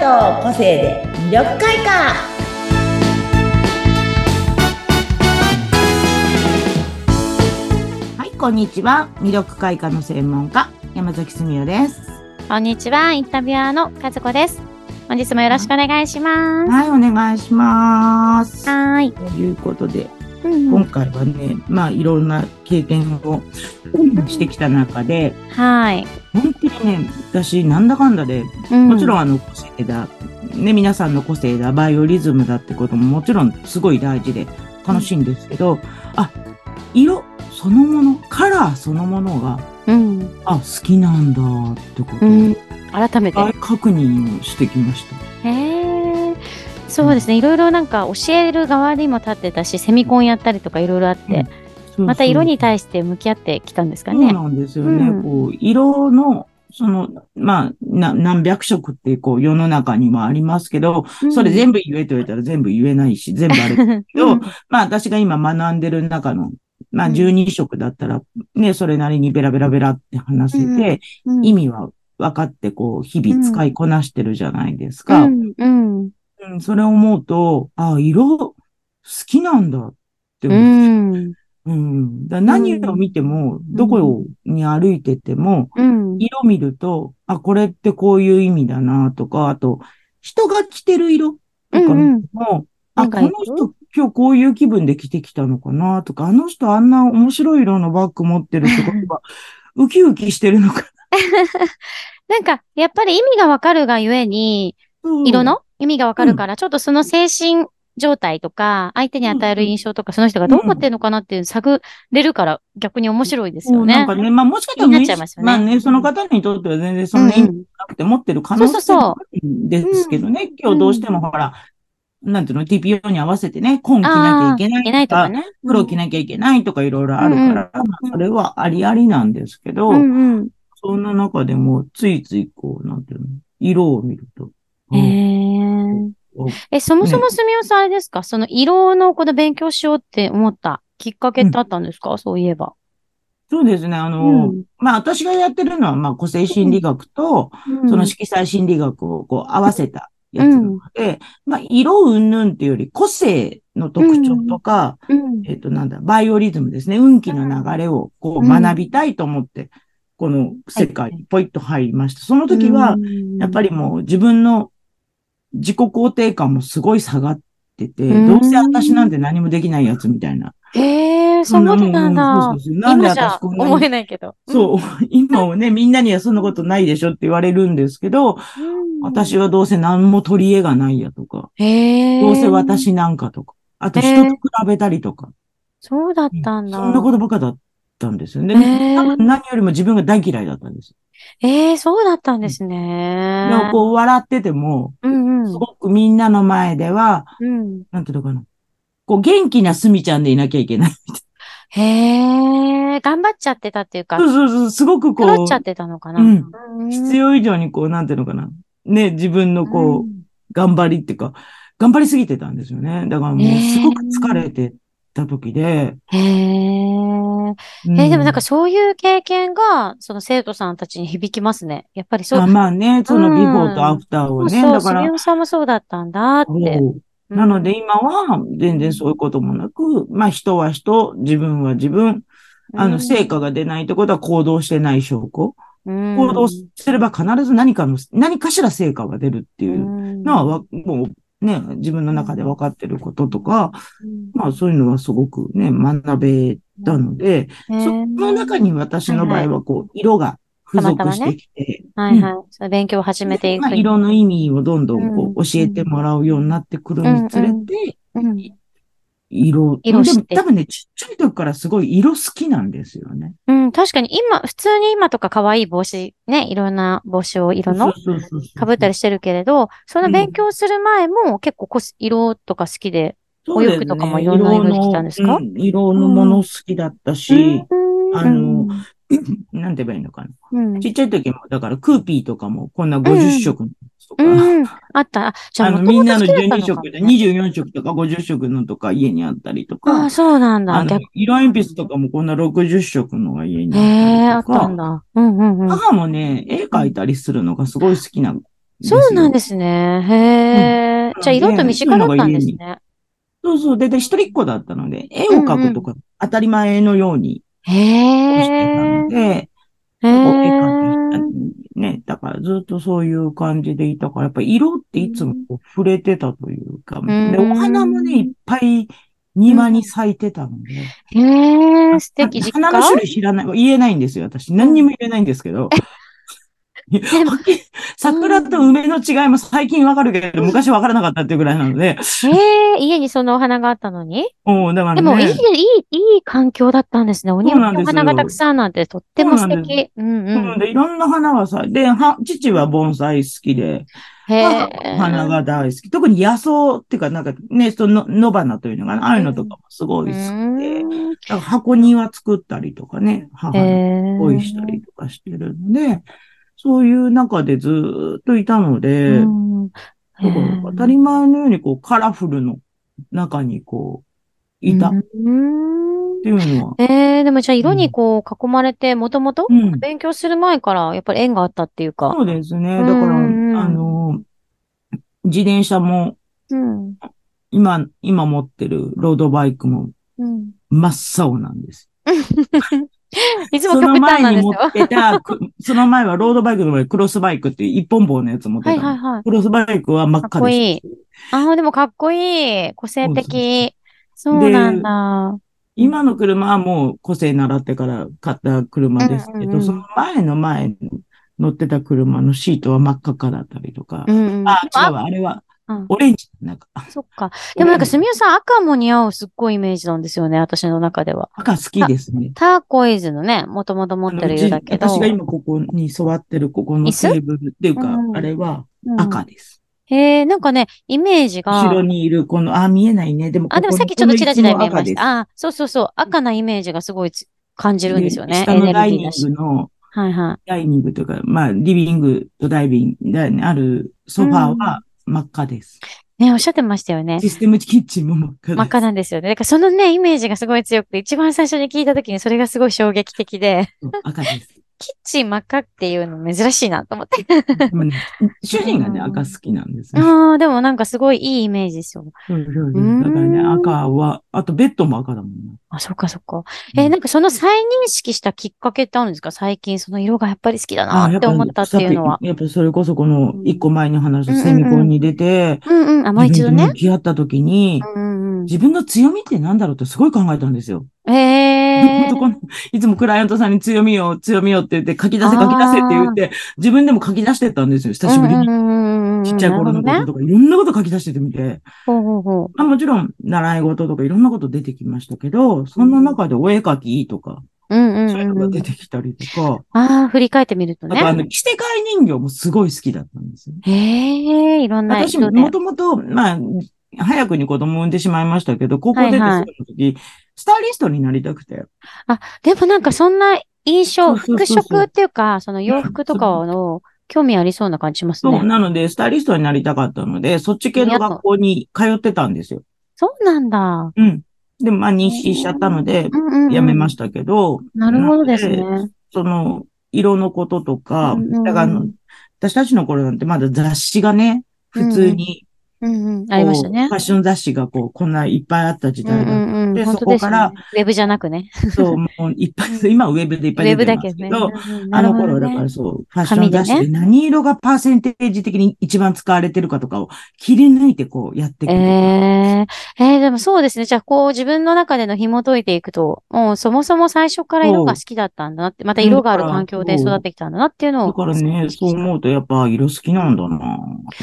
の個性で魅力開花はいこんにちは魅力開花の専門家山崎すみおですこんにちは、インタビュアーの和子です。本日もよろしくお願いします。はいお願いしますはーい。ということでうん今回はねまあいろんな経験をしてきた中ではい。本当にね私なんだかんだでもちろんあの個性だ、ね、皆さんの個性だ、バイオリズムだってことももちろんすごい大事で楽しいんですけど、あ、色そのもの、カラーそのものが、うん、あ、好きなんだってことうをん、うん。改めて。再確認をしてきました。へえ。そうですね。いろいろなんか教える側にも立ってたし、セミコンやったりとかいろいろあって、うんそうまた色に対してして向き合ってきたんですかね。そうね。なんですよね。うんこう、色の、その、まあ、な何百色ってこう世の中にもありますけど、それ全部言えと言われたら全部言えないし、全部あれ部をまあ私が今学んでる中の、まあうん12色だったら、ね、それなりにベラベラベラって話せて、意味は分かってこう、日々使いこなしてるじゃないですか。うんうん、うん、それを思うと、ああ、色好きなんだってう思う。ん、うん。だから何を見ても、どこに歩いてても、うん、色見ると、あ、これってこういう意味だなとか、あと、人が着てる色とか見ても、なあ、んこかいのる人今日こういう気分で着てきたのかなとか、あの人あんな面白い色のバッグ持ってるってこと は、ウキウキしてるのかなんか、やっぱり意味がわかるがゆえに、な。色の意味がわかるから、ちょっとその精神状態とか、相手に与える印象とか、その人がどう思ってるのかなっていうのを探れるから、逆に面白いですそようね。なんかね、まあもしかしたら気になっちゃいますよねあね、その方にとっては全然そうんんな意味がなくて持ってる可能そ性うそうそうもあるんですけどね、今日どうしてもほら、なんていうの、TPO に合わせてね、紺着なきゃいけないいけないとかね。黒着ない。なきゃいけないとかいろいろあるから、まあそれはありありなんですけど、うんうん。そんな中でもついついこう、なんていうの、色を見ると。へーおえ、そもそもすみおさんあれですかその色のこの勉強しようって思ったきっかけってあったんですか、そういえば。そうですね。あの、うんまあ私がやってるのは、まあ個性心理学と、その色彩心理学をこう合わせたやつなので、まあ色云々っていうより個性の特徴とか、うんえっとなんだ、バイオリズムですね。運気の流れをこううん学びたいと思って、この世界にポイッと入りました。その時は、、やっぱり、りもう自分の自己肯定感もすごい下がってて、うんどうせ私なんて何もできないやつみたいな。へえ、そうなんうだんそう。そうそうなんで今じゃ私こんな思えに。ないけど。そう、 今をね、みんなにはそんなことないでしょって言われるんですけど、うん。私はどうせ何も取り柄がないやとか、へえ。どうせ。私なんかとか、あと人と比べたりとか、そうだっうんたんだ。そんなことばっかだったんですよね。へえ多分何よりも自分が大嫌いだったんです。ええそうだったんですでね。もこう笑ってても、うんうんすごくみんなの前では、うん。なんていうのかな。こう、元気なすみちゃんでいなきゃいけない。へえ、頑張っちゃってたっていうかそ、うそうそう、すごくこ狂っちゃっう、てたのかな。うんうん必要以上にこう、なんていうのかな。ね、自分のこう、ん頑張りっていうか、頑張りすぎてたんですよね。だからもう、すごく疲れてた時で。へえ。うんえでもなんか、そういう経験が、その生徒さんたちに響きますね。やっぱりそう。あまあね、そのビフォーとアフターをね、そうだそかう、らすみ、おさんもそうだったんだって。そうなのうんで、今は全然そういうこともなく、まあ人は人、自分は自分、あうのん成果が出ないってことは行動してない証拠。うん行動すれば必ず何かの、何かしら成果が出るっていうのはわ、もうね、自分の中で分かってることとか、うんまあそういうのはすごくね、学べたので、へえその中に私の場合はこう、色が付属してきて、はいはい。その勉強を始めていくまあに。色の意味をどんどんこううん教えてもらうようになってくるにつれうんうんて、うん色、色で知もって多分ね、ちっちゃい時からすごい色好きなんですよね。うん、確かに今、普通に今とか可愛い帽子、ね、いろんな帽子を色そのうそうそうそう被ったりしてるけれど、そのうん勉強する前も結構こす色とか好きで。そうですねお洋服とかもいろんな色できたんです色の,、かうん、色のもの好きだったし、うんあの、なんて言えばいいのかな。うん。ちっちゃい時も、だからクーピーとかもこんな50色のとか、うん、あった。あ、じゃああ、のもみんなの好きだ12ったの色かもでね24色とか50色のとか家にあったりとあか、あ、そうなんだ。あの逆色鉛筆とかもこんな60色のが家にへえ、ああっったりたとんか、だ。うんうんうん。母もね、絵描いたりするのがすごい好きなそうなんでですね。へえ。うんじゃあ、色と身近だったんですね。すよ。そうそう。で、で、一人っ子だったので、絵を描くとか、当たり前のようにへしてたえの。で、へこう絵描え。いたりね、だからずっとそういう感じでいたから、やっぱ色っていつもこう触れてたというか、んで、お花もね、いっぱい庭に咲いてたので、へえ、素敵。実花の家種類知らない、言えないんですよ、私。何にも言えないんですけど。 でも桜と梅の違いも最近わかるけど、昔わからなかったっていうぐらいなの で、へえ、家にそのお花があったのにうん、だからでね。も、いい、いい、いい環境だったんですね。おそうな庭んでにおすよ花がたくさんなんて、とっても素敵。うんううんん。で、いろんな花がさ、で、は、父は盆栽好きで、へ母え。は花が大好き。特に野草っていうか、なんかね、その、野花というのかな、ああいうのとかもすごい好きで、だうんから箱庭作ったりとかね、母へにえ。恋したりとかしてるんで、そういう中でずーっといたのうで、ん。へだからえ当たり前のようにこう、カラフルの中にこう、いたっうんていうのは、えー、でもじゃあ色にこう囲まれて、もともとうん勉強する前からやっぱり縁があったっていうか。そうですね。うだんから、あうんの、自転車も、うん。今、今持ってるロードバイクもうん。真っ青なんです。いつもそ極の端なん前でにす持よ。ってた、くその前はロードバイクの前、クロスバイクっていう一本棒のやつ持っはていたの。はいはい。クロスバイクは真っかっ赤こでいいしたし。ああ、でもかっこいい。個性的。そううそうそうなんだ。今の車はもう個性習ってから買った車ですけど、うんうんうんその前の前に乗ってた車のシートは真っ赤っかだったりとか。うんうん。あ、でも違うわ、あれはうんオレンジなんか。あそっか。でもなんか、オレすンジみおさん赤も似合うすっごいイメージなんですよね。私の中では。赤好きですね。ターコイズのね、もともと持ってる色だけど。あのうち私が今ここに座ってるここの椅子テーブルっていうか、うんあれはうん赤です。へえ、なんかね、イメージが。後ろにいるこの、あ、見えないね。でもここあ、でもさっきちょっとチラチラ見えました。あ、そうそうそう。赤なイメージがすごいつ感じこるのん椅子ですよも赤で。す下ねエのネダルイギーニだンし。グの、はいはダイニングというか、まあ、リビングとダイビング、ダイあるソファーは真っ赤です。い。ね、おっしゃってましたよね。システムキッチンも真っ赤です。真っ赤なんですよね。だからそのね、イメージがすごい強くて、一番最初に聞いた時にそれがすごい衝撃的で、 そう赤です。キッチン真っ赤っていうの珍しいなと思って。でもね、 主人がね、うん赤好きなんですね。ああ、でもなんかすごいいいイメージですよ。そうそうそううんだからね、赤は、あとベッドも赤だもんね。あ、そっかそっか。えーなんかその再認識したきっかけってあるんですか最近その色がやっぱり好きだなやってぱ思ったっていうのは。やっぱそれこそこの一個前に話しうんたセミコンに出て、うんうん。あ、もう一自度分とね向。き合った時に、うんうん自分の強みってなんだろうってすごい考えたんですよ。うん。へ本え。当このいつもクライアントさんに強みを、強みをって言って、書き出せ、書き出せって言って、自分でも書き出してったんですよ、久しぶりに。にちっちゃい頃のこねと。とか、いろんなこと書き出しててみて、ほうほうほう。まあ、もちろん、習い事とかいろんなこと出てきましたけど、そんな中でお絵描きとか、うんうそういうのんがうんうん出。てきたりとか、ああ、振り返ってみるとあとあね。の、着せ替え人形もすごい好きだったんですよ。へえ、いろんな私も、人でも。ともと、まあ、早くに子供を産んでしまいましたけど、高校出てすぐはいはのい時、スタイリストになりたくて。あ、でもなんかそんな印象、そうそ服うそうそう飾っていうか、その洋服とかの興味ありそうな感じしますそう、ね。なので、スタイリストになりたかったので、そっち系の学校に通ってたんですよ。そうなんだ。うん。で、まあ、妊娠しちゃったのでう、んうんうん。辞めまししたけど。なるほどですねなのでその、色のこととかうんうんうん、だからあの、私たちの頃なんてまだ雑誌がね、普通に、うんうん。こあうりましたねファッ。ション雑誌がこう、こんないっぱいあった時うん代うだっんうん。で本当ですよねそこから。ウェブじゃなくね。そう、もういっぱい、今ウェブでいっウぱいェ出てブだまけすどけね。ど、うんうんあの頃、なるだほかどねらそう、ファッション雑誌紙で何色がパーセンテージ的に一番使われてるかとかを切り抜いてこうやっていくとか。ええええでもそうですね。じゃあ、こう自分の中での紐解いていくと、もうそもそも最初から色が好きだったんだなって、また色がある環境で育ってきたんだなっていうのを。だからね、そう思うとやっぱ色好きなんだな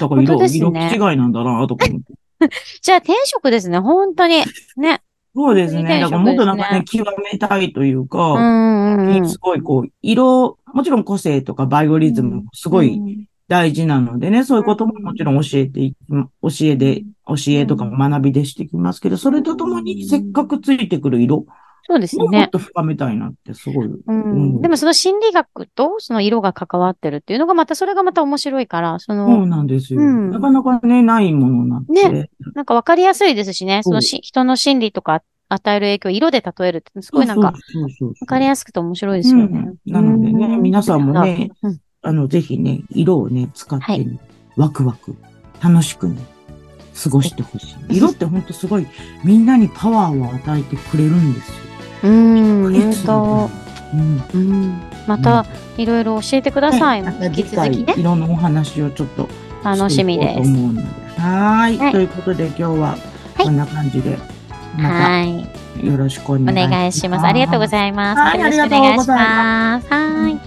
だから本当色、ですね色気違いなんだなとか思って。じゃあ、転職ですね。本当に。ね。そうですね。だからもっとなんかね、本極めたいといううか、んうんうん。すごいこう、色、もちろん個性とかバイオリズムもすすごい。大事なのでね、そういうことももちろん教えてい、教えで、教えとか学びでしてきますけど、それとともにせっかくついてくる色そうですももっね。と深めたいなってすごい。ううんん、でもその心理学とその色が関わってるっていうのがまたそれがまた面白いから、そそうの、なんですよ。うんなかなかね、ないものなんで。ねなんかわかりやすいですしね、そのし人の心理とか与える影響、色で例えるってすごいなんかそうそうそうそう、わかりやすくて面白いですようねん。なのでね、皆さんもねうんあの、ぜひね、色をね、使ってはいみワクワク、楽しくね、過ごしてほしい。色ってほんとすごい、みんなにパワーを与えてくれるんですよ。うん、いつ本もうん。当。うん。また、いろいろ教えてください。は引き続き次回ね、いろんなお話をちょっと楽しみでしていこす。うと思うのではーい,、はいということで今日はこんな感じで、まはい。たよろしくおお願いします。願いします。ありがとうございます。はいよろしくお願いします。はあーい。